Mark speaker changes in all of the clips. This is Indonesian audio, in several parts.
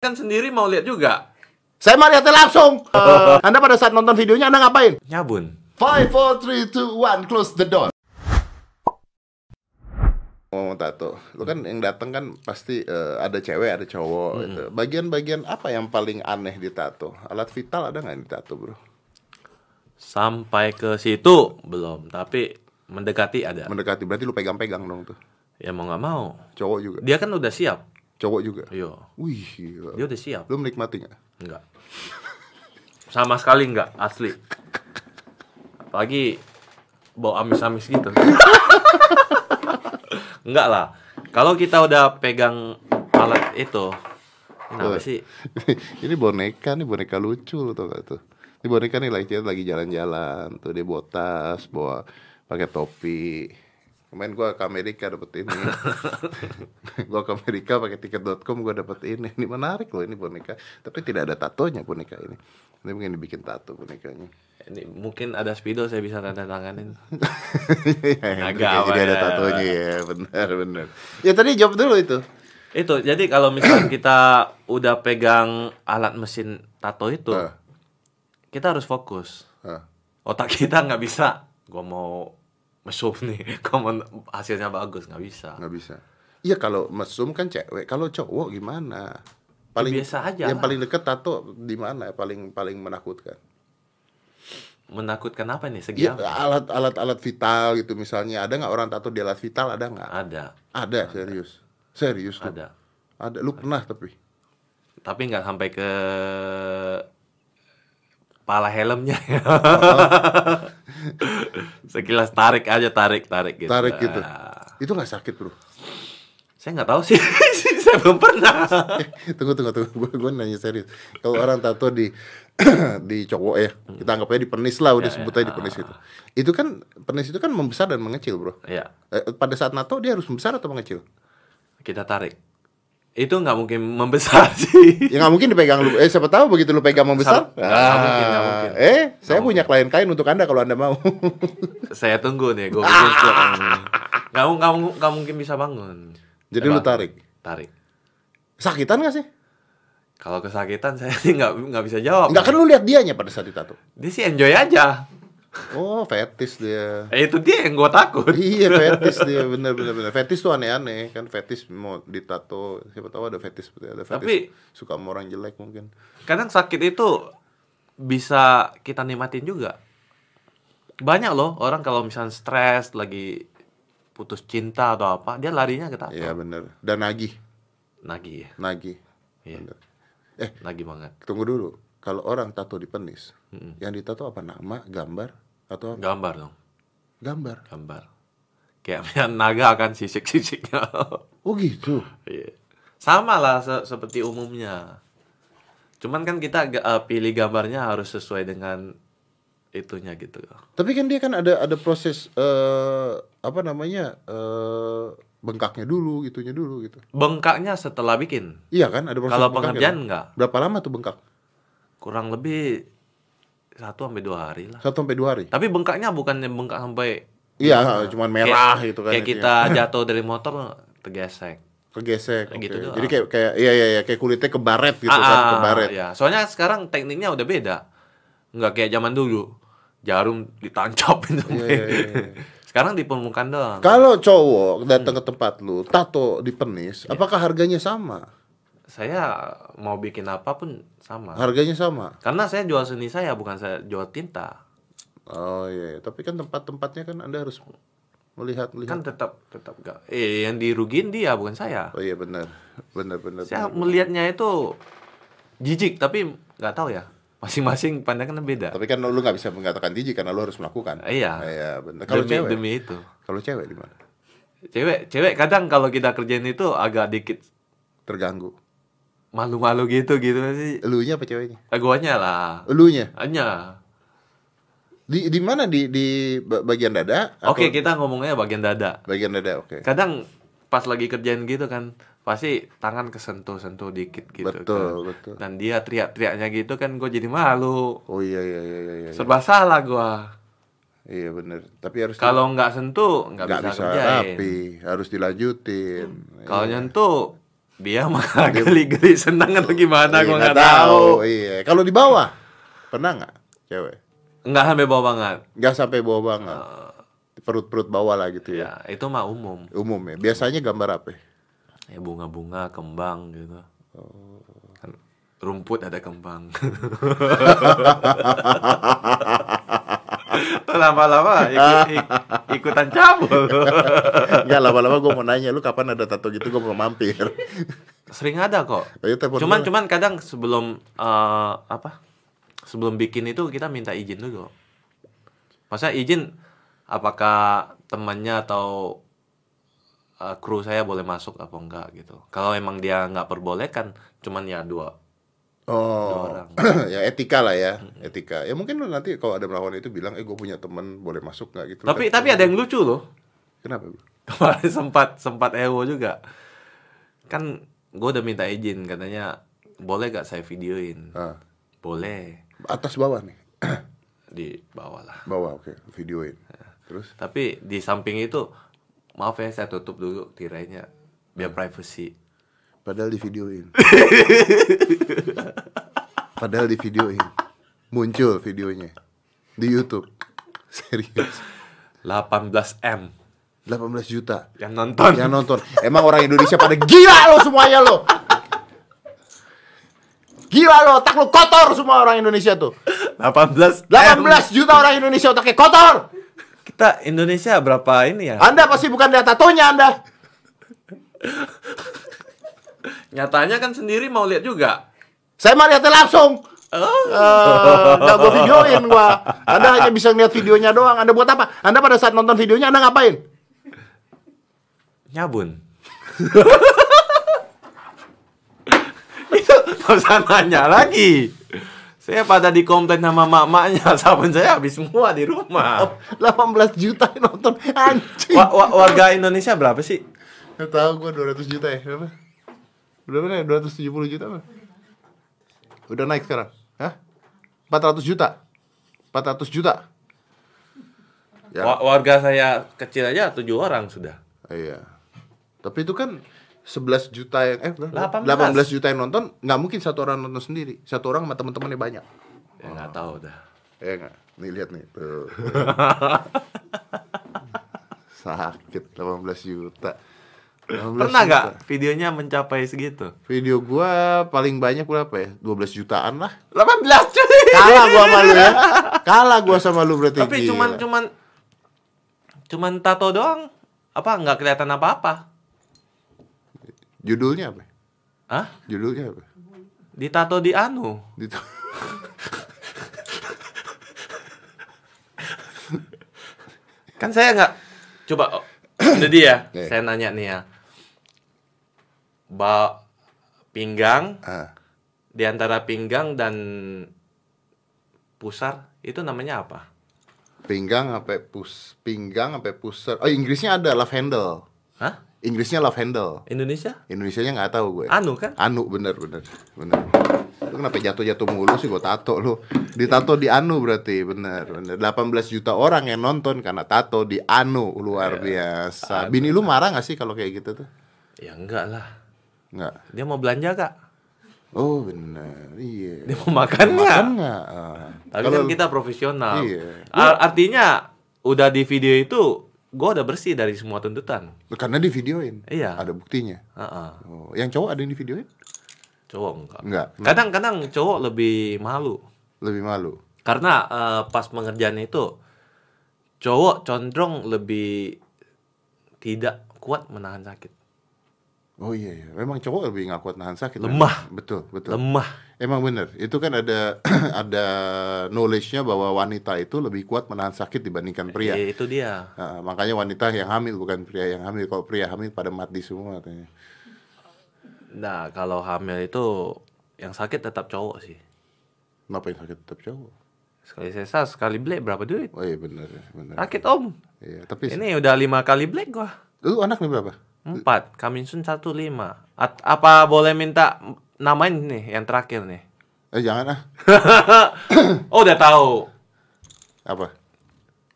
Speaker 1: kan sendiri mau lihat juga.
Speaker 2: Saya mau lihatnya langsung. Eh, anda pada saat nonton videonya Anda ngapain?
Speaker 1: Nyabun.
Speaker 2: 5, 4, 3, 2, 1, close the door. Ngomong tato, lu kan yang datang kan pasti eh, ada cewek, ada cowok. gitu. Bagian-bagian apa yang paling aneh di tato? Alat vital ada nggak di tato, bro?
Speaker 1: Sampai ke situ belum, tapi mendekati ada.
Speaker 2: Mendekati berarti lu pegang-pegang dong tuh.
Speaker 1: Ya mau nggak mau.
Speaker 2: Cowok juga,
Speaker 1: Dia kan udah siap.
Speaker 2: cowok juga.
Speaker 1: Yo,
Speaker 2: Wih, gila.
Speaker 1: dia udah siap.
Speaker 2: lu menikmati nggak?
Speaker 1: Enggak. Sama sekali enggak, asli. Apalagi bau amis-amis gitu. enggak lah. Kalau kita udah pegang alat itu, ini apa
Speaker 2: Boleh.
Speaker 1: sih?
Speaker 2: ini boneka nih boneka lucu lo tau gak tuh ini boneka nih lagi dia lagi jalan-jalan tuh dia bawa tas bawa pakai topi kemarin gua ke Amerika dapet ini gua ke Amerika pakai tiket.com gua dapet ini ini menarik loh ini boneka tapi tidak ada tatonya boneka ini ini mungkin dibikin tato bonekanya
Speaker 1: Ini mungkin ada spidol saya bisa tanda tanganin.
Speaker 2: Agak
Speaker 1: Agak
Speaker 2: jadi ada
Speaker 1: bener.
Speaker 2: tatonya ya benar benar ya tadi jawab dulu itu
Speaker 1: Itu jadi kalau misalnya kita udah pegang alat mesin tato itu,
Speaker 2: Ah,
Speaker 1: kita harus fokus.
Speaker 2: ah.
Speaker 1: Otak kita nggak bisa. Gua mau mesum nih, gua mau hasilnya bagus nggak bisa.
Speaker 2: nggak bisa iya kalau mesum kan cewek kalau cowok gimana paling
Speaker 1: Ya, Biasa aja
Speaker 2: yang
Speaker 1: lah.
Speaker 2: paling deket tato di mana paling paling menakutkan
Speaker 1: Menakutkan apa nih segi
Speaker 2: iya
Speaker 1: apa?
Speaker 2: alat alat alat vital gitu misalnya ada nggak orang tato di alat vital ada nggak
Speaker 1: Ada,
Speaker 2: ada serius serius lu?
Speaker 1: ada.
Speaker 2: ada lu pernah tapi
Speaker 1: Tapi nggak sampai ke pala helmnya. Sekilas tarik aja, tarik, tarik gitu.
Speaker 2: tarik gitu
Speaker 1: Ah,
Speaker 2: itu nggak sakit bro
Speaker 1: Saya nggak tahu sih, saya belum pernah.
Speaker 2: tunggu tunggu tunggu gue gue nanya serius kalau orang tato di di cowok ya kita anggapnya di penis lah udah
Speaker 1: Hmm. Ya,
Speaker 2: sebut
Speaker 1: ya.
Speaker 2: aja di penis itu itu kan penis itu kan membesar dan mengecil bro
Speaker 1: ya,
Speaker 2: Eh, pada saat nato dia harus membesar atau mengecil
Speaker 1: kita tarik. Itu nggak mungkin membesar sih.
Speaker 2: Ya nggak mungkin dipegang lu. Eh siapa tahu begitu lu pegang
Speaker 1: Nggak,
Speaker 2: membesar.
Speaker 1: nggak mungkin, nggak mungkin.
Speaker 2: Eh, saya punya klien kain untuk Anda kalau Anda mau.
Speaker 1: saya tunggu nih, gue bikin vlog ini. Nggak, mu- nggak, mu- nggak mungkin bisa bangun.
Speaker 2: Jadi
Speaker 1: Eh,
Speaker 2: lu
Speaker 1: bangun.
Speaker 2: tarik.
Speaker 1: Tarik.
Speaker 2: Sakitan gak sih?
Speaker 1: Kalau kesakitan saya sih nggak nggak bisa jawab.
Speaker 2: Enggak kan lu lihat dianya pada saat ditato.
Speaker 1: Dia sih enjoy aja.
Speaker 2: Oh, fetis dia.
Speaker 1: Eh, itu dia yang gue takut.
Speaker 2: iya, fetis dia bener bener bener. Fetis tuh aneh-aneh kan fetis mau ditato. Siapa tahu ada fetis seperti ada fetis.
Speaker 1: Tapi-
Speaker 2: suka sama orang jelek mungkin.
Speaker 1: Kadang sakit itu bisa kita nikmatin juga. Banyak loh orang kalau misalnya stres lagi putus cinta atau apa, dia larinya ke tato.
Speaker 2: Iya bener. Dan nagih,
Speaker 1: Nagih ya.
Speaker 2: nagih.
Speaker 1: Iya.
Speaker 2: Bener. Eh,
Speaker 1: Nagih banget.
Speaker 2: tunggu dulu. Kalau orang tato di penis, yang ditato apa nama, gambar atau apa?
Speaker 1: Gambar dong,
Speaker 2: gambar?
Speaker 1: gambar. Kayak misalnya naga akan sisik-sisiknya.
Speaker 2: Oh gitu.
Speaker 1: Iya. Sama lah se- seperti umumnya. Cuman kan kita ga- eh, pilih gambarnya harus sesuai dengan itunya gitu.
Speaker 2: Tapi kan dia kan ada ada proses eh apa namanya eh bengkaknya dulu, itunya dulu gitu.
Speaker 1: Bengkaknya setelah bikin.
Speaker 2: Iya kan ada proses.
Speaker 1: Kalau
Speaker 2: bengkaknya
Speaker 1: pengerjaan
Speaker 2: kan?
Speaker 1: nggak?
Speaker 2: Berapa lama tuh bengkak?
Speaker 1: kurang lebih satu sampai dua hari lah.
Speaker 2: Satu sampai dua hari.
Speaker 1: Tapi bengkaknya bukannya bengkak sampai
Speaker 2: Iya, cuman merah
Speaker 1: kayak,
Speaker 2: gitu kan.
Speaker 1: Kayak
Speaker 2: intinya.
Speaker 1: kita jatuh dari motor tergesek.
Speaker 2: kegesek.
Speaker 1: Kayak gitu
Speaker 2: oke.
Speaker 1: doang.
Speaker 2: Jadi kayak kayak iya iya iya, kayak kulitnya kebaret gitu
Speaker 1: Ah,
Speaker 2: kan,
Speaker 1: ah,
Speaker 2: kebaret.
Speaker 1: ya. Soalnya sekarang tekniknya udah beda. Nggak kayak zaman dulu. Jarum ditancapin sampai.
Speaker 2: iya, iya, iya.
Speaker 1: sekarang di permukaan doang.
Speaker 2: Kalau cowok datang
Speaker 1: Hmm.
Speaker 2: ke tempat lu, tato di penis,
Speaker 1: Iya.
Speaker 2: apakah harganya sama?
Speaker 1: Saya mau bikin apapun sama.
Speaker 2: Harganya sama.
Speaker 1: Karena saya jual seni saya bukan saya jual tinta.
Speaker 2: Oh iya, iya. tapi kan tempat-tempatnya kan Anda harus melihat
Speaker 1: Kan
Speaker 2: melihat.
Speaker 1: tetap tetap gak. Eh yang dirugin dia bukan saya.
Speaker 2: Oh iya benar. Benar benar.
Speaker 1: Saya
Speaker 2: benar.
Speaker 1: melihatnya itu jijik tapi nggak tahu ya. Masing-masing pandangannya beda.
Speaker 2: Tapi kan lu nggak bisa mengatakan jijik karena lu harus melakukan.
Speaker 1: Iya.
Speaker 2: Iya, benar. Kalau
Speaker 1: demi,
Speaker 2: cewek,
Speaker 1: demi itu.
Speaker 2: kalau cewek di mana?
Speaker 1: Cewek, cewek kadang kalau kita kerjain itu agak dikit
Speaker 2: Terganggu.
Speaker 1: malu-malu gitu gitu sih.
Speaker 2: Elunya apa ceweknya?
Speaker 1: Egoannya lah.
Speaker 2: Elunya.
Speaker 1: Hanya.
Speaker 2: Di di mana di di ba- bagian dada? Atau
Speaker 1: Oke, kita ngomongnya bagian dada.
Speaker 2: Bagian dada, oke.
Speaker 1: Kadang pas lagi kerjain gitu kan pasti tangan kesentuh-sentuh dikit gitu
Speaker 2: Betul,
Speaker 1: kan.
Speaker 2: betul.
Speaker 1: Dan dia teriak-teriaknya gitu kan gue jadi malu.
Speaker 2: Oh iya iya iya iya iya.
Speaker 1: Serba salah gua.
Speaker 2: Iya benar. Tapi harus
Speaker 1: Kalau nggak sentuh nggak
Speaker 2: nggak
Speaker 1: bisa,
Speaker 2: bisa,
Speaker 1: kerjain.
Speaker 2: rapi, harus dilanjutin.
Speaker 1: Kalau
Speaker 2: Iya.
Speaker 1: nyentuh Dia mah geli-geli senang atau gimana
Speaker 2: Iya,
Speaker 1: gua nggak tahu.
Speaker 2: Iya, kalau di bawah pernah nggak cewek?
Speaker 1: Nggak sampai bawah banget.
Speaker 2: Nggak sampai bawah banget.
Speaker 1: Ah.
Speaker 2: Perut-perut bawah lah gitu ya.
Speaker 1: Ya, itu mah umum.
Speaker 2: Umum ya. Biasanya gambar apa? ya?
Speaker 1: Ya bunga-bunga, kembang gitu. Kan rumput ada kembang. Tuh lama-lama ikut- ik- ikutan cabul.
Speaker 2: Nggak lama-lama gue mau nanya lu kapan ada tato gitu gue mau mampir.
Speaker 1: Sering ada kok.
Speaker 2: Ayo telepon
Speaker 1: Cuman
Speaker 2: dulu.
Speaker 1: cuman kadang sebelum eh, apa? Sebelum bikin itu kita minta izin dulu. Masa izin apakah temannya atau eh, kru saya boleh masuk apa enggak gitu. Kalau emang dia nggak perbolehkan, cuman ya dua
Speaker 2: Oh,
Speaker 1: orang.
Speaker 2: ya etika lah ya, etika. Ya mungkin lu nanti kalau ada melawan itu bilang, eh gue punya temen boleh masuk nggak gitu.
Speaker 1: Tapi
Speaker 2: Kan-
Speaker 1: tapi ya- ada yang lucu loh.
Speaker 2: kenapa? Bro?
Speaker 1: Kemarin sempat sempat ewo juga. Kan gue udah minta izin katanya boleh gak saya videoin?
Speaker 2: Ah,
Speaker 1: Boleh
Speaker 2: atas bawah nih,
Speaker 1: di bawah lah.
Speaker 2: bawah oke, videoin. Terus
Speaker 1: Tapi di samping itu maaf ya saya tutup dulu tirainya biar privacy.
Speaker 2: padahal di videoin. padahal di videoin. Muncul videonya di YouTube. Serius.
Speaker 1: 18M
Speaker 2: 18 juta
Speaker 1: yang nonton.
Speaker 2: yang nonton. Emang orang Indonesia pada gila lo semuanya lo. Gila lo, otak lo kotor semua orang Indonesia tuh.
Speaker 1: 18
Speaker 2: 18 juta orang Indonesia otaknya kotor.
Speaker 1: Kita Indonesia berapa ini ya?
Speaker 2: Anda pasti bukan lihat tatonya Anda.
Speaker 1: Nyatanya kan sendiri mau lihat juga.
Speaker 2: Saya mah lihatnya langsung. Eh, nggak gue videoin gua. Anda hanya bisa ngeliat videonya doang. Anda buat apa? Anda pada saat nonton videonya Anda ngapain?
Speaker 1: Nyabun. itu nggak usah nanya lagi. Saya pada dikomplain sama mak-maknya sabun saya habis semua di rumah.
Speaker 2: 18 juta yang nonton anjing.
Speaker 1: Wa- wa- warga Indonesia berapa sih?
Speaker 2: Nggak tahu gua 200 juta ya. Berapa? Berapa nih? 270 juta apa? Udah naik sekarang. Hah? 400 juta. 400 juta. Ya.
Speaker 1: Wa- warga saya kecil aja tujuh orang sudah.
Speaker 2: Iya. Tapi itu kan 11 juta yang eh berapa?
Speaker 1: 18.
Speaker 2: 18 juta yang nonton, nggak mungkin satu orang nonton sendiri. Satu orang sama teman-temannya banyak.
Speaker 1: Ya nggak tahu dah.
Speaker 2: Ya nggak? Nih lihat nih. Tuh. Sakit 18 juta. 18
Speaker 1: Pernah
Speaker 2: juta.
Speaker 1: nggak videonya mencapai segitu?
Speaker 2: Video gua paling banyak berapa ya? 12 jutaan lah.
Speaker 1: 18 cuy.
Speaker 2: Kalah gua sama lu ya. Kalah gua sama lu berarti.
Speaker 1: Tapi
Speaker 2: gila.
Speaker 1: cuman cuman cuman tato doang. Apa nggak kelihatan apa-apa?
Speaker 2: judulnya apa?
Speaker 1: Hah?
Speaker 2: Judulnya apa?
Speaker 1: Ditato di anu.
Speaker 2: Gitu.
Speaker 1: Kan saya nggak coba oh, jadi ya.
Speaker 2: Oke.
Speaker 1: Saya nanya nih ya. Ba pinggang
Speaker 2: Ah,
Speaker 1: di antara pinggang dan pusar itu namanya apa?
Speaker 2: pinggang sampai pus pinggang sampai pusar. Oh, Inggrisnya ada love handle.
Speaker 1: Hah?
Speaker 2: Inggrisnya love handle.
Speaker 1: Indonesia?
Speaker 2: Indonesianya nggak tahu gue.
Speaker 1: Anu kan?
Speaker 2: Anu bener bener bener. Lu kenapa jatuh-jatuh mulu sih gue tato lu? Ditato di Anu berarti bener bener. 18 juta orang yang nonton karena tato di Anu luar
Speaker 1: Iya,
Speaker 2: biasa. Bini lu marah nggak sih kalau kayak gitu tuh?
Speaker 1: Ya enggak lah.
Speaker 2: Nggak.
Speaker 1: Dia mau belanja kak?
Speaker 2: Oh bener iya.
Speaker 1: Dia mau makan nggak?
Speaker 2: Makan nggak? Ah.
Speaker 1: Tapi
Speaker 2: Kalau
Speaker 1: kan kita profesional.
Speaker 2: Iya.
Speaker 1: A- artinya udah di video itu gue udah bersih dari semua tuntutan.
Speaker 2: karena di videoin.
Speaker 1: Iya.
Speaker 2: Ada buktinya.
Speaker 1: Heeh.
Speaker 2: Oh, yang cowok ada yang di videoin?
Speaker 1: Cowok enggak.
Speaker 2: Enggak.
Speaker 1: Kadang-kadang cowok lebih malu
Speaker 2: Lebih malu.
Speaker 1: karena eh, pas pengerjaan itu cowok condong lebih tidak kuat menahan sakit.
Speaker 2: Oh iya, iya. memang cowok lebih nggak kuat nahan sakit.
Speaker 1: Lemah.
Speaker 2: Betul, betul.
Speaker 1: Lemah.
Speaker 2: Emang bener, itu kan ada ada knowledge-nya bahwa wanita itu lebih kuat menahan sakit dibandingkan pria.
Speaker 1: Eh, itu dia.
Speaker 2: Nah, makanya wanita yang hamil bukan pria yang hamil. Kalau pria hamil pada mati semua katanya.
Speaker 1: Nah, kalau hamil itu yang sakit tetap cowok sih.
Speaker 2: Kenapa yang sakit tetap cowok?
Speaker 1: Sekali sesar, sekali black berapa duit?
Speaker 2: Oh iya bener, ya, bener.
Speaker 1: Sakit om.
Speaker 2: Iya, tapi
Speaker 1: Ini udah lima kali black gua.
Speaker 2: lu anak nih berapa?
Speaker 1: Empat, Coming Soon satu lima. At- apa boleh minta m- namain nih yang terakhir nih?
Speaker 2: Eh jangan ah.
Speaker 1: oh udah tahu
Speaker 2: Apa?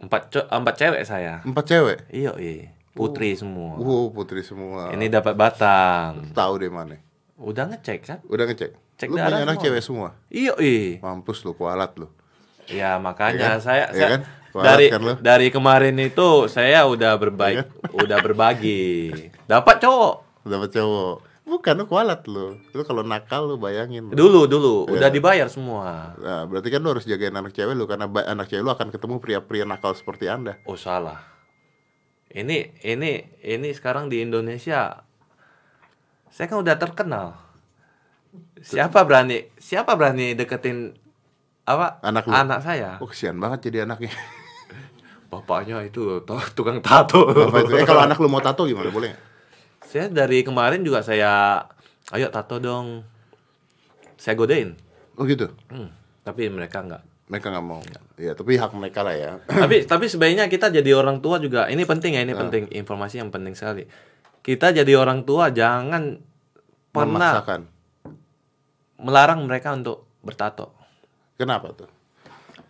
Speaker 1: empat co- empat cewek saya.
Speaker 2: Empat cewek.
Speaker 1: Iya iya. Putri semua.
Speaker 2: Wow, putri semua.
Speaker 1: Ini dapat batang.
Speaker 2: tahu deh mana.
Speaker 1: Udah ngecek kan?
Speaker 2: Udah ngecek.
Speaker 1: Cek
Speaker 2: lu
Speaker 1: darah
Speaker 2: punya anak
Speaker 1: semua.
Speaker 2: cewek semua.
Speaker 1: Iya, ih.
Speaker 2: Mampus lu kualat lu.
Speaker 1: Ya makanya
Speaker 2: Iya kan?
Speaker 1: saya,
Speaker 2: Iya
Speaker 1: saya-
Speaker 2: kan? Kualat
Speaker 1: dari
Speaker 2: kan lu? Iya kan?
Speaker 1: dari kemarin itu saya udah berbaik, udah berbagi. Dapat cowok
Speaker 2: Dapat cowok. Bukan lu kualat lu. Lu kalau nakal lu bayangin. lu.
Speaker 1: dulu dulu
Speaker 2: Iya.
Speaker 1: udah dibayar semua.
Speaker 2: Nah, berarti kan lu harus jagain anak cewek lu karena ba- anak cewek lu akan ketemu pria-pria nakal seperti Anda.
Speaker 1: Oh salah. Ini ini ini sekarang di Indonesia saya kan udah terkenal. Siapa berani siapa berani deketin apa
Speaker 2: Anak lu?
Speaker 1: saya?
Speaker 2: Oh, kesian banget jadi anaknya.
Speaker 1: Bapaknya itu to- tukang tato.
Speaker 2: Apa itu? Eh, kalau anak lu mau tato gimana? Boleh nggak?
Speaker 1: Saya dari kemarin juga saya ayo tato dong. Saya godain.
Speaker 2: Oh gitu?
Speaker 1: Hmm, tapi mereka enggak.
Speaker 2: Mereka nggak mau. Ya, tapi hak mereka lah ya.
Speaker 1: tapi tapi sebaiknya kita jadi orang tua juga ini penting ya
Speaker 2: Ah.
Speaker 1: ini penting informasi yang penting sekali kita jadi orang tua jangan pernah
Speaker 2: Memaksakan.
Speaker 1: melarang mereka untuk bertato
Speaker 2: Kenapa tuh?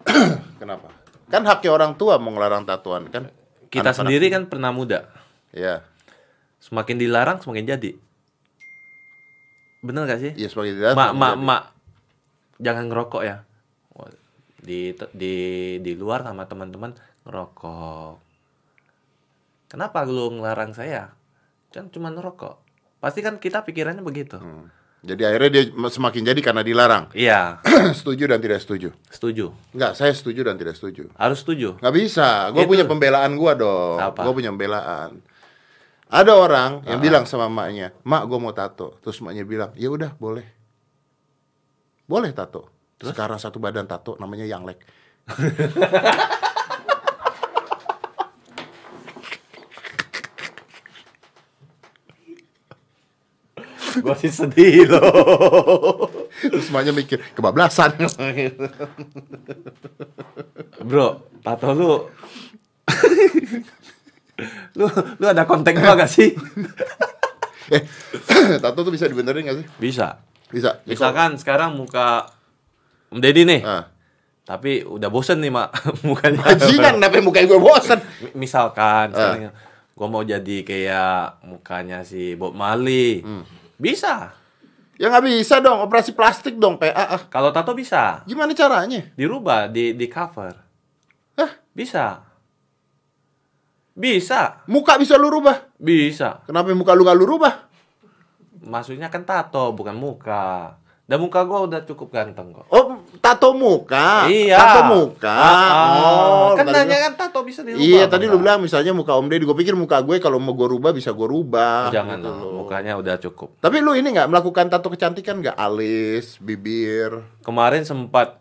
Speaker 2: Kenapa? Kan haknya orang tua mau ngelarang tatuan kan?
Speaker 1: kita
Speaker 2: Anak-anak-
Speaker 1: sendiri kan pernah muda
Speaker 2: Ya,
Speaker 1: semakin dilarang semakin jadi bener gak sih
Speaker 2: ya sebagai tidak.
Speaker 1: mak mak mak jangan ngerokok ya Wah, di di di luar sama teman-teman ngerokok kenapa lu ngelarang saya kan cuma ngerokok pasti kan kita pikirannya begitu
Speaker 2: Hmm. Jadi akhirnya dia semakin jadi karena dilarang.
Speaker 1: iya
Speaker 2: setuju dan tidak setuju.
Speaker 1: setuju
Speaker 2: Enggak, saya setuju dan tidak setuju.
Speaker 1: harus setuju
Speaker 2: Nggak bisa. Gue
Speaker 1: Itu.
Speaker 2: punya pembelaan gue dong.
Speaker 1: Apa?
Speaker 2: Gue punya pembelaan. Ada orang yang bilang sama maknya, mak gue mau tato. Terus maknya bilang, ya udah boleh, boleh tato. Sekarang satu badan tato namanya Yanglek.
Speaker 1: gue sih sedih loh
Speaker 2: Terus maknya mikir kebablasan.
Speaker 1: bro tato lu lu lu ada kontak gua gak sih
Speaker 2: Eh, tato tuh bisa dibenerin gak sih?
Speaker 1: bisa
Speaker 2: Bisa. Jadi kalau-
Speaker 1: misalkan sekarang muka Om Deddy nih
Speaker 2: Ah.
Speaker 1: tapi udah bosen nih mak mukanya
Speaker 2: Bajingan, kenapa mukanya gue bosen?
Speaker 1: Mi- misalkan
Speaker 2: Ah.
Speaker 1: sekarang gue mau jadi kayak mukanya si Bob Marley
Speaker 2: Hmm.
Speaker 1: bisa
Speaker 2: Ya nggak bisa dong, operasi plastik dong, PA. Ah,
Speaker 1: kalau tato bisa
Speaker 2: Gimana caranya?
Speaker 1: dirubah di di cover
Speaker 2: Hah?
Speaker 1: bisa bisa
Speaker 2: Muka bisa lu rubah.
Speaker 1: bisa
Speaker 2: Kenapa muka lu nggak lu rubah?
Speaker 1: maksudnya kan tato bukan muka dan muka gue udah cukup ganteng kok
Speaker 2: Oh, tato muka.
Speaker 1: iya
Speaker 2: Ah, Tato muka.
Speaker 1: Ah, ah.
Speaker 2: oh,
Speaker 1: kan
Speaker 2: tadi
Speaker 1: nanya
Speaker 2: lu-
Speaker 1: kan tato bisa dirubah
Speaker 2: Iya,
Speaker 1: apa
Speaker 2: tadi lu
Speaker 1: enggak?
Speaker 2: bilang misalnya muka Om Deddy, gue pikir muka gue kalau mau gue rubah bisa gue rubah.
Speaker 1: jangan
Speaker 2: gitu
Speaker 1: lah,
Speaker 2: loh.
Speaker 1: mukanya udah cukup
Speaker 2: Tapi lu ini nggak melakukan tato kecantikan nggak alis, bibir.
Speaker 1: kemarin sempat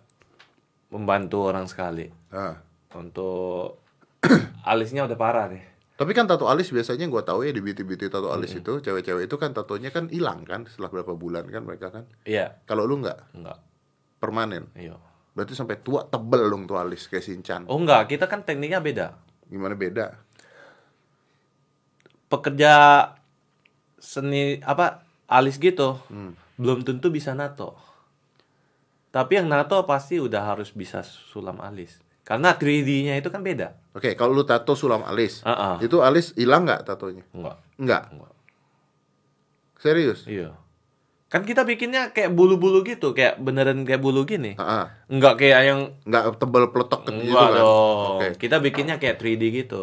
Speaker 1: membantu orang sekali
Speaker 2: Ah.
Speaker 1: untuk alisnya udah parah deh
Speaker 2: Tapi kan tato alis biasanya gua tahu ya di beauty-beauty tato alis itu cewek-cewek itu kan tatonya kan hilang kan setelah berapa bulan kan mereka kan.
Speaker 1: iya
Speaker 2: Kalau lu nggak
Speaker 1: enggak
Speaker 2: permanen,
Speaker 1: iya
Speaker 2: berarti sampai tua tebel dong tuh alis kayak Shinchan.
Speaker 1: oh enggak kita kan tekniknya beda
Speaker 2: Gimana beda?
Speaker 1: pekerja seni apa alis gitu
Speaker 2: Hmm.
Speaker 1: belum tentu bisa nato tapi yang nato pasti udah harus bisa sulam alis karena 3D-nya itu kan beda
Speaker 2: Oke, kalau lu tato sulam alis,
Speaker 1: Ah, ah.
Speaker 2: itu alis hilang nggak tatonya?
Speaker 1: enggak
Speaker 2: Nggak.
Speaker 1: Nggak.
Speaker 2: Serius?
Speaker 1: iya kan kita bikinnya kayak bulu-bulu gitu kayak beneran kayak bulu gini
Speaker 2: Ah, ah.
Speaker 1: enggak kayak yang
Speaker 2: Nggak tebel peletok gitu
Speaker 1: enggak
Speaker 2: kan?
Speaker 1: dong
Speaker 2: Oke.
Speaker 1: kita bikinnya kayak 3D gitu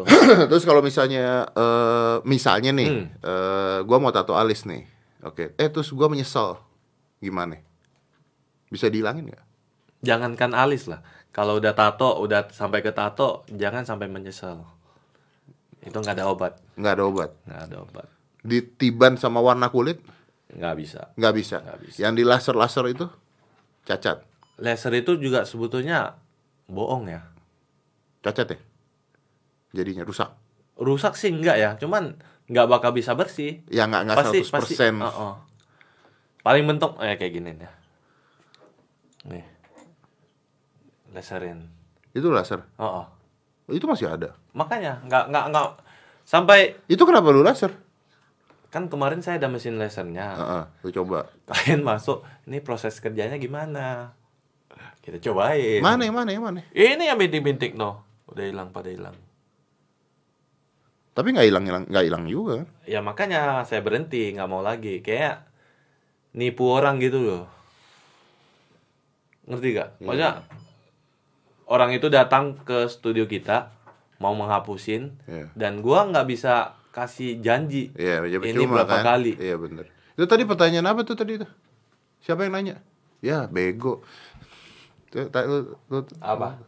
Speaker 2: Terus kalau misalnya, eh, misalnya nih,
Speaker 1: Hmm.
Speaker 2: eh, gua mau tato alis nih, oke. Eh, terus gua menyesal, gimana? Bisa dihilangin nggak?
Speaker 1: jangankan alis lah kalau udah tato udah sampai ke tato jangan sampai menyesal itu nggak ada obat
Speaker 2: Nggak ada obat.
Speaker 1: nggak ada obat
Speaker 2: Ditiban sama warna kulit
Speaker 1: nggak bisa
Speaker 2: nggak bisa.
Speaker 1: Nggak bisa.
Speaker 2: Yang di laser-laser itu cacat,
Speaker 1: laser itu juga sebetulnya bohong ya
Speaker 2: cacat ya. Jadinya rusak.
Speaker 1: rusak sih enggak ya cuman nggak bakal bisa bersih
Speaker 2: Ya nggak nggak
Speaker 1: pasti
Speaker 2: 100%
Speaker 1: pasti uh-uh. paling mentok eh kayak gini nih nih laserin
Speaker 2: itu laser.
Speaker 1: oh
Speaker 2: Itu masih ada.
Speaker 1: makanya nggak nggak nggak sampai
Speaker 2: Itu kenapa lu laser?
Speaker 1: kan kemarin saya ada mesin lasernya
Speaker 2: Heeh, lu coba.
Speaker 1: kalian masuk ini proses kerjanya gimana kita cobain
Speaker 2: Mana yang mana yang mana?
Speaker 1: ini yang bintik-bintik no udah hilang pada hilang
Speaker 2: Tapi nggak hilang hilang nggak hilang juga. kan?
Speaker 1: ya makanya saya berhenti nggak mau lagi kayak nipu orang gitu loh ngerti gak
Speaker 2: Iya.
Speaker 1: maksudnya orang itu datang ke studio kita mau menghapusin
Speaker 2: Iya.
Speaker 1: dan gua nggak bisa kasih janji
Speaker 2: Iya, ya
Speaker 1: ini
Speaker 2: percuma,
Speaker 1: berapa
Speaker 2: kan?
Speaker 1: kali
Speaker 2: Iya bener. Itu tadi pertanyaan apa tuh tadi tuh? Siapa yang nanya? Ya bego. Tuh, ta- lu- lu-
Speaker 1: apa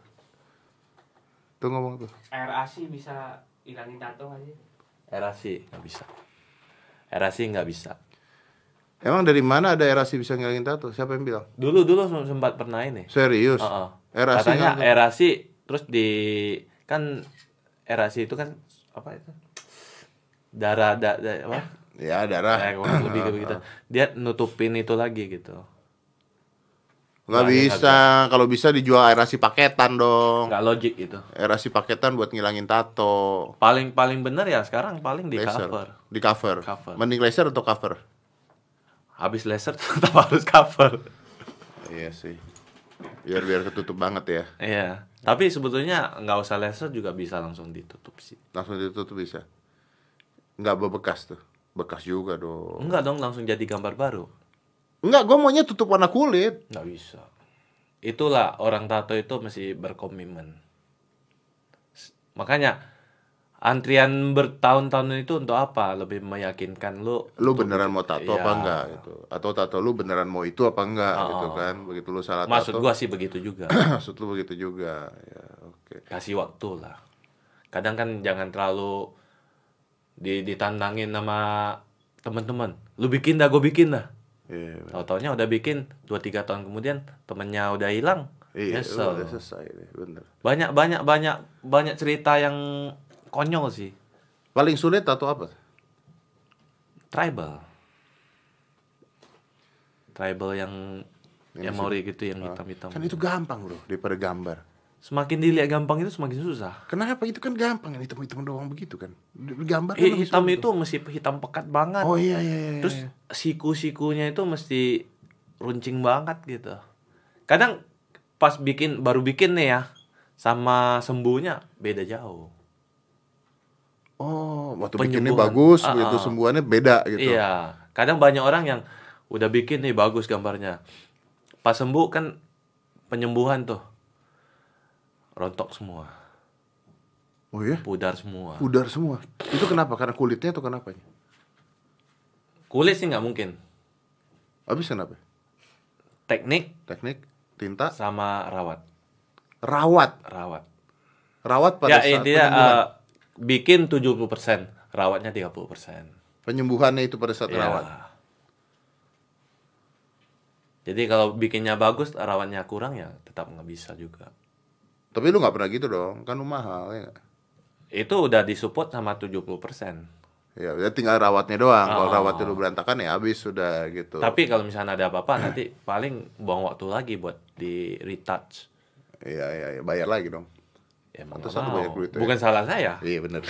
Speaker 2: Tuh ngomong tuh.
Speaker 3: air asi bisa hilangin tato nggak sih?
Speaker 1: erasi nggak bisa erasi nggak bisa
Speaker 2: Emang dari mana ada erasi bisa ngilangin tato? Siapa yang bilang?
Speaker 1: dulu dulu sem- sempat pernah ini
Speaker 2: Serius?
Speaker 1: Heeh.
Speaker 2: Erasi
Speaker 1: Oh, katanya eh
Speaker 2: nggak-
Speaker 1: erasi terus di kan erasi itu kan apa itu darah da, da- apa
Speaker 2: Ya darah.
Speaker 1: Kayak kurang lebih kayak begitu dia nutupin itu lagi gitu
Speaker 2: Nggak
Speaker 1: Nah, ya,
Speaker 2: bisa. Kalau bisa dijual erasi paketan dong.
Speaker 1: nggak logik itu
Speaker 2: Erasi paketan buat ngilangin tato.
Speaker 1: paling paling bener ya sekarang paling di
Speaker 2: Laser.
Speaker 1: cover
Speaker 2: Di cover.
Speaker 1: Cover.
Speaker 2: Mending laser atau cover?
Speaker 1: habis laser tetap harus cover
Speaker 2: Iya sih. Biar biar ketutup banget ya.
Speaker 1: iya tapi sebetulnya nggak usah laser juga bisa langsung ditutup sih
Speaker 2: Langsung ditutup bisa. Nggak berbekas tuh. Bekas juga dong.
Speaker 1: enggak dong langsung jadi gambar baru
Speaker 2: Enggak, gue maunya tutup warna kulit.
Speaker 1: nggak bisa itulah orang tato itu mesti berkomitmen S- makanya antrian bertahun-tahun itu untuk apa lebih meyakinkan lu
Speaker 2: Lu beneran mau tato apa
Speaker 1: Iya. Ah.
Speaker 2: enggak gitu. Atau tato lu beneran mau itu apa enggak gitu kan. Begitu lu salah
Speaker 1: maksud
Speaker 2: tato.
Speaker 1: gua sih begitu juga
Speaker 2: maksud lu begitu juga. Ya, oke.
Speaker 1: kasih waktu lah kadang kan jangan terlalu di- ditantangin sama temen-temen lu bikin dah gue bikin dah
Speaker 2: Iya.
Speaker 1: tau taunya udah bikin 2-3 tahun kemudian temennya udah hilang
Speaker 2: Iya,
Speaker 1: Nyesel.
Speaker 2: udah selesai nih, bener.
Speaker 1: banyak banyak banyak banyak cerita yang konyol sih
Speaker 2: Paling sulit tato apa?
Speaker 1: tribal tribal yang yang Maori gitu yang hitam-hitam
Speaker 2: Kan itu gampang loh daripada gambar.
Speaker 1: semakin dilihat gampang itu semakin susah
Speaker 2: Kenapa itu kan gampang yang hitam-hitam doang begitu kan? Di- Gambar kan
Speaker 1: Eh,
Speaker 2: lebih
Speaker 1: hitam
Speaker 2: sulit
Speaker 1: itu mesti hitam pekat banget
Speaker 2: tuh. Oh iya iya iya.
Speaker 1: Terus
Speaker 2: iya.
Speaker 1: siku-sikunya itu mesti runcing banget gitu. Kadang pas bikin baru bikin nih ya sama sembuhnya beda jauh.
Speaker 2: oh waktu bikinnya
Speaker 1: penyembuhan.
Speaker 2: bagus
Speaker 1: Ah,
Speaker 2: begitu
Speaker 1: ah.
Speaker 2: sembuhannya beda gitu.
Speaker 1: Iya, kadang banyak orang yang udah bikin nih bagus gambarnya. Pas sembuh kan penyembuhan tuh rontok semua,
Speaker 2: Oh iya.
Speaker 1: pudar semua.
Speaker 2: Pudar semua. Itu kenapa? Karena kulitnya atau kenapanya?
Speaker 1: Kulit sih nggak mungkin.
Speaker 2: Habis kenapa?
Speaker 1: Teknik
Speaker 2: Teknik, tinta,
Speaker 1: sama rawat,
Speaker 2: rawat.
Speaker 1: rawat.
Speaker 2: Rawat
Speaker 1: Ya
Speaker 2: pada saat
Speaker 1: intinya
Speaker 2: penyembuhan.
Speaker 1: eh, bikin 70%, rawatnya 30%.
Speaker 2: Penyembuhannya itu pada saat
Speaker 1: Iya.
Speaker 2: rawat.
Speaker 1: Jadi kalau bikinnya bagus, rawannya kurang ya tetap nggak bisa juga.
Speaker 2: Tapi lu nggak pernah gitu dong, kan lu mahal ya nggak?
Speaker 1: Itu udah disupport sama 70%.
Speaker 2: Ya, udah tinggal rawatnya doang. Kalau
Speaker 1: Ah.
Speaker 2: rawatnya lu berantakan ya habis sudah gitu.
Speaker 1: Tapi kalau misalnya ada apa-apa nanti paling buang waktu lagi buat di retouch.
Speaker 2: Iya, iya, iya, bayar lagi dong.
Speaker 1: Ya, emang
Speaker 2: Pantesan
Speaker 1: nggak
Speaker 2: lu
Speaker 1: mau.
Speaker 2: banyak duit ya.
Speaker 1: Bukan salah saya.
Speaker 2: Iya, bener.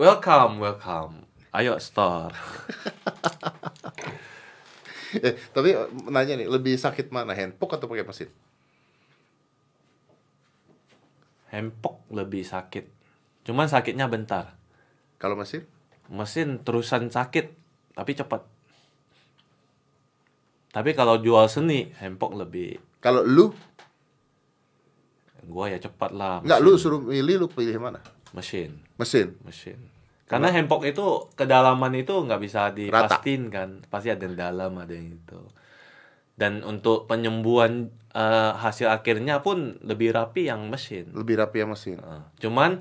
Speaker 1: Welcome, welcome. Ayo store.
Speaker 2: eh, tapi eh, nanya nih, lebih sakit mana? Handpok atau pakai mesin?
Speaker 1: Hempok lebih sakit. Cuman sakitnya bentar.
Speaker 2: Kalau mesin?
Speaker 1: Mesin terusan sakit, tapi cepat. Tapi kalau jual seni, hempok lebih
Speaker 2: Kalau lu,
Speaker 1: gua ya cepat lah
Speaker 2: nggak lu suruh milih, lu pilih mana?
Speaker 1: mesin
Speaker 2: Mesin.
Speaker 1: mesin karena hempok itu kedalaman itu nggak bisa dipastiin kan pasti ada yang dalam ada yang itu dan untuk penyembuhan eh, hasil akhirnya pun lebih rapi yang mesin
Speaker 2: Lebih rapi ya mesin.
Speaker 1: Eh, cuman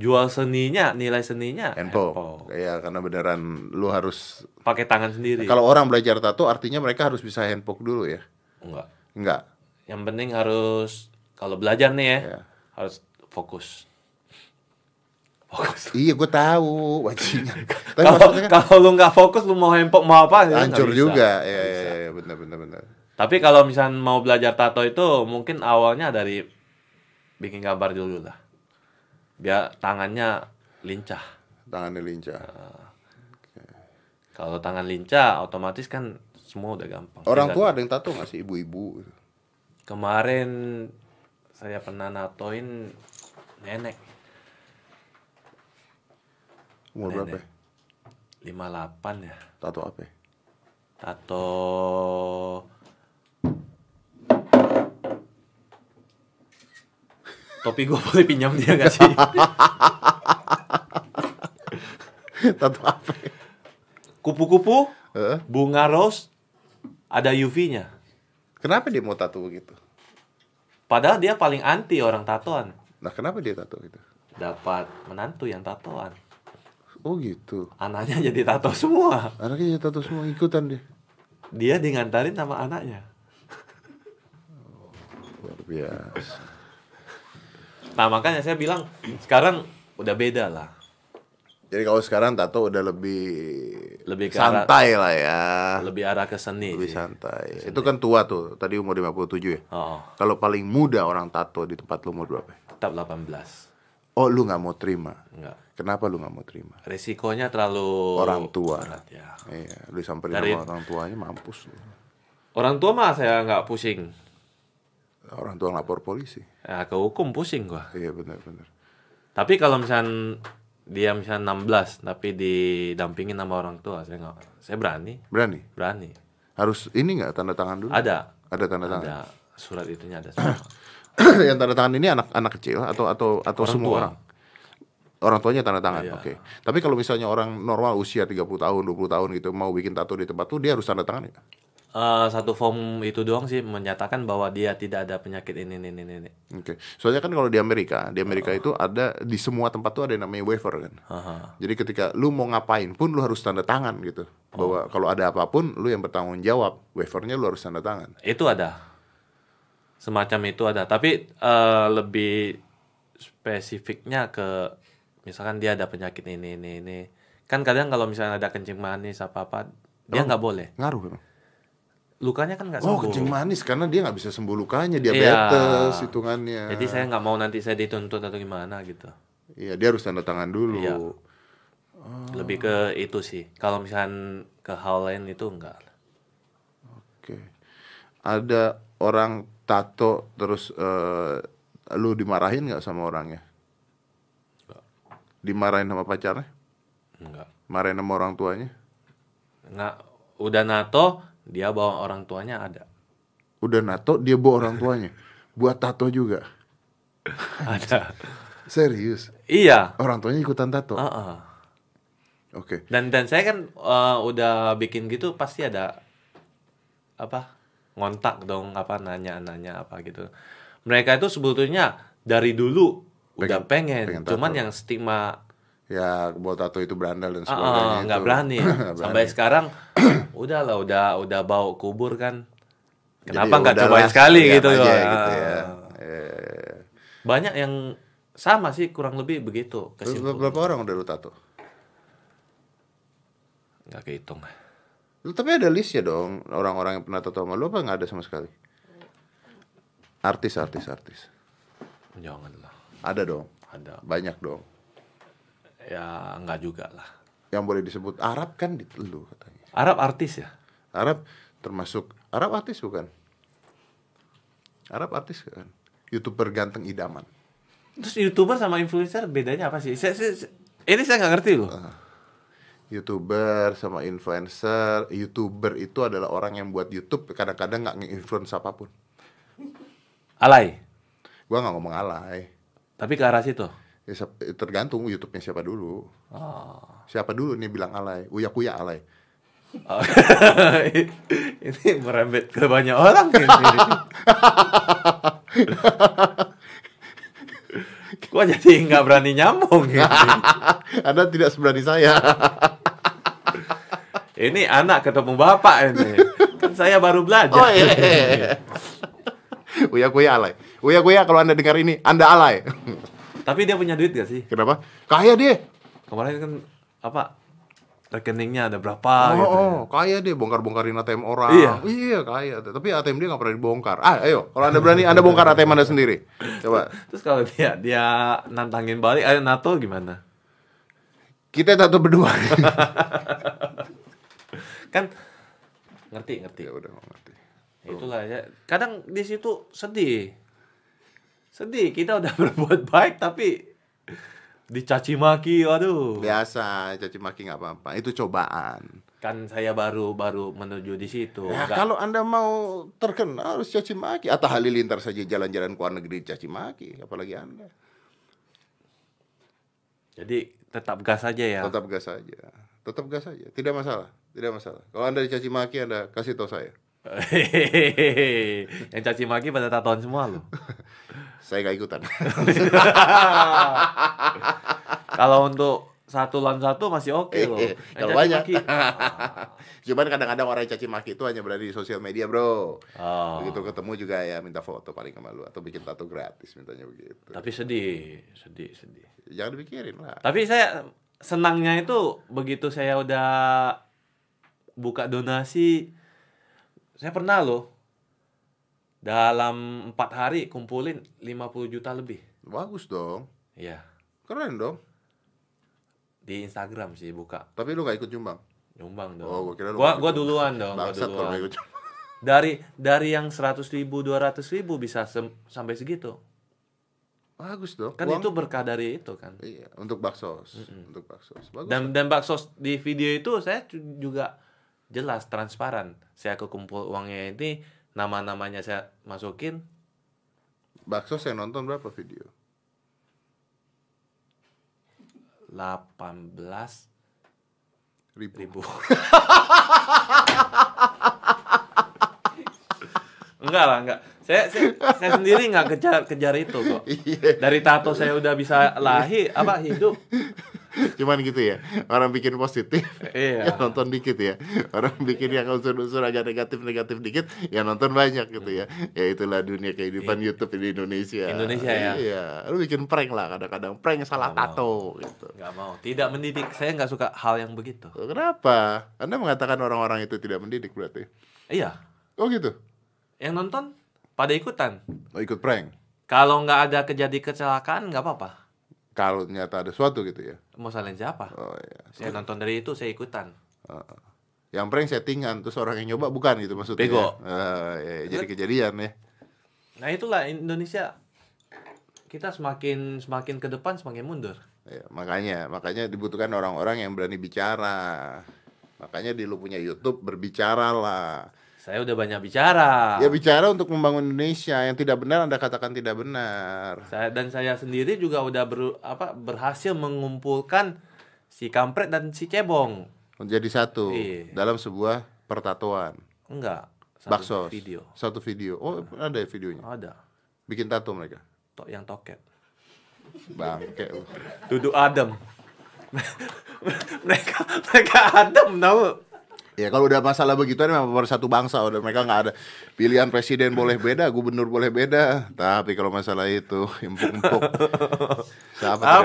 Speaker 1: jual seninya nilai seninya
Speaker 2: Handpok. Iya, karena beneran lu harus...
Speaker 1: pakai tangan sendiri
Speaker 2: Kalau orang belajar tato, artinya mereka harus bisa handpok dulu ya?
Speaker 1: enggak
Speaker 2: Nggak.
Speaker 1: yang penting harus kalau belajar nih ya
Speaker 2: Iya.
Speaker 1: harus fokus fokus
Speaker 2: Iya, gue tahu, wajibnya. Tapi
Speaker 1: kalau
Speaker 2: maksudnya kan
Speaker 1: kalau lu nggak fokus lu mau hempok mau apa ya nggak
Speaker 2: hancur
Speaker 1: bisa.
Speaker 2: juga. Iya, iya, iya, bener, bener, bener.
Speaker 1: Tapi kalau misal mau belajar tato itu mungkin awalnya dari bikin gambar dulu lah. Biar tangannya lincah.
Speaker 2: Tangannya
Speaker 1: Ah,
Speaker 2: lincah.
Speaker 1: Kalau tangan lincah otomatis kan semua udah gampang.
Speaker 2: Orang
Speaker 1: Tinggal-
Speaker 2: tua ada yang tato nggak sih? Ibu-ibu.
Speaker 1: Kemarin saya pernah natoin nenek.
Speaker 2: Umur berapa? ya?
Speaker 1: Nenek. 58 ya.
Speaker 2: Tato apa? ya?
Speaker 1: Tato topi gue boleh pinjam dia gak sih?
Speaker 2: Tato apa? ya?
Speaker 1: Kupu-kupu,
Speaker 2: Heeh.
Speaker 1: bunga rose, ada UV-nya.
Speaker 2: Kenapa dia mau tato begitu?
Speaker 1: Padahal dia paling anti orang tatoan.
Speaker 2: Nah, kenapa dia tato gitu?
Speaker 1: Dapat menantu yang tatoan.
Speaker 2: Oh gitu.
Speaker 1: Anaknya jadi tato semua.
Speaker 2: Anaknya jadi tato semua ikutan dia.
Speaker 1: Dia digantarin sama anaknya.
Speaker 2: Luar biasa.
Speaker 1: Nah makanya saya bilang sekarang udah beda lah.
Speaker 2: Jadi kalau sekarang tato udah lebih
Speaker 1: Lebih ke arah-
Speaker 2: santai lah ya. Lebih,
Speaker 1: Lebih arah ke seni. sih.
Speaker 2: santai. Itu kan tua tuh. Tadi umur 57 ya.
Speaker 1: Oh,
Speaker 2: Kalau paling muda orang tato di tempat lu umur berapa? ya?
Speaker 1: tetap 18.
Speaker 2: Oh, lu nggak mau terima.
Speaker 1: Enggak.
Speaker 2: Kenapa lu nggak mau terima?
Speaker 1: Risikonya terlalu
Speaker 2: Orang tua.
Speaker 1: berat, ya.
Speaker 2: Iya, lu samperin
Speaker 1: Dari-
Speaker 2: sama orang tuanya mampus lu.
Speaker 1: Orang tua mah saya nggak pusing.
Speaker 2: Orang tua lapor polisi.
Speaker 1: Ya, ke hukum pusing gua.
Speaker 2: Iya, benar-benar.
Speaker 1: Tapi kalau misalnya dia misalnya 16 tapi didampingin sama orang tua, saya nggak saya berani,
Speaker 2: Berani?
Speaker 1: berani.
Speaker 2: Harus ini nggak tanda tangan dulu?
Speaker 1: Ada
Speaker 2: Ada tanda tangan.
Speaker 1: ada surat itunya ada semua.
Speaker 2: yang tanda tangan ini anak anak kecil atau atau atau
Speaker 1: Orang
Speaker 2: semua
Speaker 1: tua.
Speaker 2: orang orang tuanya tanda tangan
Speaker 1: Iya.
Speaker 2: oke tapi kalau misalnya orang normal usia 30 tahun 20 tahun gitu mau bikin tato di tempat tuh dia harus tanda tangan ya
Speaker 1: Eh, satu form itu doang sih menyatakan bahwa dia tidak ada penyakit ini ini ini ini.
Speaker 2: oke soalnya kan kalau di Amerika di Amerika itu ada di semua tempat tuh ada yang namanya waiver kan
Speaker 1: Haha.
Speaker 2: jadi ketika lu mau ngapain pun lu harus tanda tangan gitu
Speaker 1: Oh.
Speaker 2: bahwa kalau ada apapun lu yang bertanggung jawab waivernya lu harus tanda tangan
Speaker 1: Itu ada. Semacam itu ada, tapi eh, lebih spesifiknya ke misalkan dia ada penyakit ini ini ini. Kan kadang kalau misalnya ada kencing manis apa-apa, dia nggak boleh.
Speaker 2: ngaruh emang
Speaker 1: Lukanya kan nggak
Speaker 2: oh
Speaker 1: sembuh.
Speaker 2: kencing manis karena dia nggak bisa sembuh lukanya diabetes
Speaker 1: Iya.
Speaker 2: hitungannya
Speaker 1: Jadi saya nggak mau nanti saya dituntut atau gimana gitu.
Speaker 2: iya dia harus tanda tangan dulu
Speaker 1: Iya.
Speaker 2: Oh.
Speaker 1: Lebih ke itu sih. Kalau misalkan ke hal lain itu enggak.
Speaker 2: Oke. Ada orang tato terus eh, lu dimarahin nggak sama orangnya?
Speaker 1: Nggak.
Speaker 2: Dimarahin sama pacarnya?
Speaker 1: Enggak.
Speaker 2: Marahin sama orang tuanya?
Speaker 1: Nggak. Udah nato, dia bawa orang tuanya ada.
Speaker 2: Udah nato dia bawa orang tuanya. Buat tato juga.
Speaker 1: ada.
Speaker 2: Serius.
Speaker 1: Iya.
Speaker 2: Orang tuanya ikutan tato.
Speaker 1: Heeh.
Speaker 2: Oke.
Speaker 1: Dan dan saya kan eh, udah bikin gitu pasti ada apa? Ngontak dong apa nanya-nanya apa gitu. Mereka itu sebetulnya dari dulu udah pengen,
Speaker 2: Pengen- pengen
Speaker 1: cuman
Speaker 2: tato.
Speaker 1: yang stigma
Speaker 2: Ya buat tato itu berandal dan sebagainya.
Speaker 1: Ah, ah,
Speaker 2: itu.
Speaker 1: nggak berani.
Speaker 2: Nggak
Speaker 1: Sampai
Speaker 2: berani.
Speaker 1: sekarang udahlah udah udah bau kubur kan.
Speaker 2: Jadi
Speaker 1: Kenapa nggak
Speaker 2: "Ya udahlah,
Speaker 1: cobain sekali
Speaker 2: lihat
Speaker 1: gitu
Speaker 2: aja
Speaker 1: loh.
Speaker 2: gitu ya.
Speaker 1: Ah.
Speaker 2: Iya, iya, iya.
Speaker 1: Banyak yang sama sih kurang lebih begitu
Speaker 2: Ber-
Speaker 1: kesimpulan.
Speaker 2: Berapa orang udah lu tato?
Speaker 1: Nggak kehitung.
Speaker 2: Lu tapi ada listnya dong orang-orang yang pernah tato sama lu apa nggak ada sama sekali? Artis, artis, artis.
Speaker 1: Jangan lah.
Speaker 2: Ada dong,
Speaker 1: Ada
Speaker 2: banyak dong.
Speaker 1: ya nggak juga lah.
Speaker 2: Yang boleh disebut Arab kan di lu katanya.
Speaker 1: Arab artis ya?
Speaker 2: Arab termasuk Arab artis bukan? Arab artis kan? Youtuber ganteng idaman.
Speaker 1: Terus YouTuber sama influencer bedanya apa sih? Saya- saya- saya- ini saya nggak ngerti loh.
Speaker 2: Ah. Youtuber sama influencer, Youtuber itu adalah orang yang buat YouTube kadang-kadang nggak nge-influence apapun.
Speaker 1: Alay.
Speaker 2: Gua nggak ngomong alay.
Speaker 1: Tapi ke arah situ.
Speaker 2: Ya, siap- tergantung YouTube-nya siapa dulu.
Speaker 1: Oh.
Speaker 2: Siapa dulu nih bilang alay? Uya kuya alay.
Speaker 1: Oh. ini merembet ke banyak orang ini. Gua jadi nggak berani nyambung ini.
Speaker 2: Anda tidak seberani saya.
Speaker 1: Ini anak ketemu bapak ini. Kan saya baru belajar.
Speaker 2: Oh iya. Uya kuya alay. Uya kuya kalau Anda dengar ini, Anda alay.
Speaker 1: Tapi dia punya duit gak sih?
Speaker 2: Kenapa? Kaya dia.
Speaker 1: Kemarin kan apa rekeningnya ada berapa
Speaker 2: Oh,
Speaker 1: gitu.
Speaker 2: oh, kaya dia bongkar-bongkarin ATM orang.
Speaker 1: Iya.
Speaker 2: kaya. Tapi ATM dia nggak pernah dibongkar. Ah, ayo, kalau Anda berani Anda bongkar ATM Anda sendiri. Coba.
Speaker 1: Terus kalau dia dia nantangin balik ayo NATO gimana?
Speaker 2: Kita tato berdua.
Speaker 1: Kan ngerti ngerti.
Speaker 2: ya udah nggak ngerti.
Speaker 1: Itulah ya. Kadang di situ sedih. Sedih kita udah berbuat baik tapi dicaci maki waduh
Speaker 2: Ya. Biasa, caci maki nggak apa-apa. Itu cobaan.
Speaker 1: kan saya baru baru menuju di situ
Speaker 2: Ya,
Speaker 1: Nggak-
Speaker 2: kalau Anda mau terkenal harus caci maki. Atta Halilintar saja jalan-jalan ke luar negeri caci maki, apalagi Anda.
Speaker 1: jadi tetap gas aja ya
Speaker 2: Tetap gas saja. Tetap gas saja. Tidak masalah. Tidak masalah. Kalau Anda dicaci maki, Anda kasih tahu saya.
Speaker 1: Hehehe. yang caci maki pada tatoan semua loh
Speaker 2: Saya gak ikutan.
Speaker 1: kalau untuk satu lawan satu masih oke loh
Speaker 2: Eh, eh,
Speaker 1: Yang
Speaker 2: kalau
Speaker 1: caci
Speaker 2: banyak.
Speaker 1: maki,
Speaker 2: Cuman kadang-kadang orang yang caci maki itu hanya berada di sosial media, Bro.
Speaker 1: ah. Oh.
Speaker 2: Begitu ketemu juga ya minta foto paling sama lu atau bikin tato gratis mintanya begitu.
Speaker 1: tapi sedih sedih sedih
Speaker 2: Jangan dipikirin lah.
Speaker 1: Tapi saya senangnya itu begitu saya udah buka donasi, saya pernah loh dalam empat hari kumpulin 50 juta lebih.
Speaker 2: Bagus dong.
Speaker 1: Iya
Speaker 2: Keren dong.
Speaker 1: di Instagram sih buka
Speaker 2: Tapi lu gak ikut nyumbang.
Speaker 1: nyumbang dong.
Speaker 2: Oh, gua kira lu
Speaker 1: gua,
Speaker 2: mau
Speaker 1: gua
Speaker 2: ikut.
Speaker 1: duluan dong, gua
Speaker 2: Bangsat kalau gitu.
Speaker 1: duluan.
Speaker 2: ikut nyumbang.
Speaker 1: Dari dari yang 100 ribu, 200 ribu bisa sem- sampai segitu.
Speaker 2: Bagus dong.
Speaker 1: Kan
Speaker 2: Uang-
Speaker 1: itu berkah dari itu kan.
Speaker 2: Iya, untuk baksos, untuk baksos. Bagus.
Speaker 1: dan dan bakso di video itu saya ju- juga jelas transparan saya kekumpul uangnya ini nama namanya saya masukin
Speaker 2: Baksos yang nonton berapa video?
Speaker 1: 18
Speaker 2: Ribu.
Speaker 1: ribu enggak lah enggak saya saya, saya sendiri nggak kejar kejar itu kok
Speaker 2: Iya.
Speaker 1: dari tato saya udah bisa lahir apa hidup
Speaker 2: Cuman gitu ya. Orang bikin positif.
Speaker 1: Iya.
Speaker 2: Yang nonton dikit ya. Orang bikin yang unsur-unsur agak negatif-negatif dikit, yang nonton banyak gitu ya. Ya itulah dunia kehidupan YouTube di
Speaker 1: Mm.
Speaker 2: Indonesia.
Speaker 1: Iya. Indonesia ya.
Speaker 2: Iya. Lu bikin prank lah kadang-kadang prank salah tato gitu.
Speaker 1: nggak mau tidak mendidik saya nggak suka hal yang begitu
Speaker 2: Kenapa? Anda mengatakan orang-orang itu tidak mendidik berarti.
Speaker 1: iya
Speaker 2: Oh gitu.
Speaker 1: yang nonton pada ikutan
Speaker 2: Oh, ikut prank.
Speaker 1: Kalau nggak ada kejadian kecelakaan nggak apa-apa.
Speaker 2: Kalau ternyata ada suatu gitu ya.
Speaker 1: Mau salin siapa?
Speaker 2: Oh iya.
Speaker 1: Saya nonton dari itu saya ikutan.
Speaker 2: Heeh. Yang prank settingan terus orang yang nyoba bukan gitu maksudnya.
Speaker 1: Bego.
Speaker 2: Eh, ya, jadi kejadian ya.
Speaker 1: Nah itulah Indonesia. Kita semakin semakin ke depan semakin mundur.
Speaker 2: Ya, makanya, makanya dibutuhkan orang-orang yang berani bicara. Makanya di lu punya YouTube berbicara lah.
Speaker 1: Saya udah banyak bicara.
Speaker 2: Ya bicara untuk membangun Indonesia yang tidak benar Anda katakan tidak benar.
Speaker 1: Saya dan saya sendiri juga udah ber- apa berhasil mengumpulkan si kampret dan si cebong.
Speaker 2: Menjadi satu
Speaker 1: Iya.
Speaker 2: dalam sebuah pertatuan.
Speaker 1: Enggak. satu
Speaker 2: Bakso.
Speaker 1: Video.
Speaker 2: Satu video. Oh, ada ya videonya.
Speaker 1: Ada.
Speaker 2: Bikin tato mereka.
Speaker 1: Tok yang toket.
Speaker 2: Bangke lu.
Speaker 1: Duduk adem. mereka mereka adem tau.
Speaker 2: Ya kalau udah masalah begitu memang satu bangsa udah mereka nggak ada pilihan presiden boleh beda, gubernur boleh beda. Tapi kalau masalah itu empuk-empuk. Siapa tidak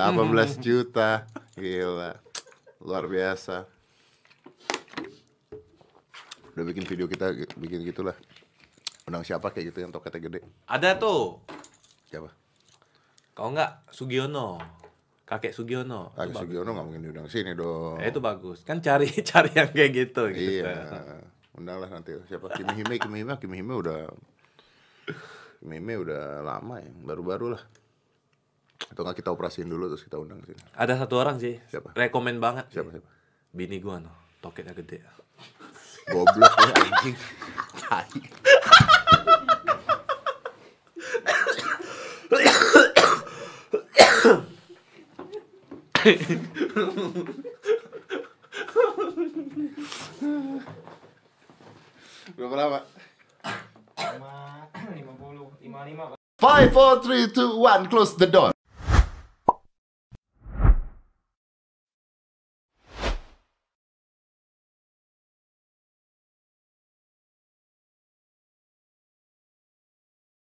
Speaker 1: 18 M.
Speaker 2: 18 juta. Gila. Luar biasa. Udah bikin video kita bikin gitulah. Undang siapa kayak gitu yang toketnya gede?
Speaker 1: Ada tuh.
Speaker 2: Siapa?
Speaker 1: Kalau enggak Sugiono. Kakek Sugiono. Itu
Speaker 2: Agus
Speaker 1: bagus.
Speaker 2: Sugiono nggak mungkin diundang sini dong.
Speaker 1: Eh, itu bagus. Kan cari cari yang kayak gitu gitu.
Speaker 2: Iya. Undanglah nanti siapa Kimi Hime, Kimi Hime, Kimi Hime udah Kimi Hime udah lama ya, baru-baru lah. Atau nggak kita operasiin dulu terus kita undang sini.
Speaker 1: Ada satu orang sih.
Speaker 2: Siapa?
Speaker 1: Rekomen banget.
Speaker 2: Siapa
Speaker 1: sih.
Speaker 2: siapa?
Speaker 1: Bini gua no. Toketnya gede.
Speaker 2: Goblok ya anjing. Tai. Berapa lama?
Speaker 3: Lima, lima puluh, lima lima.
Speaker 2: 5 4 3 2 1 close the door.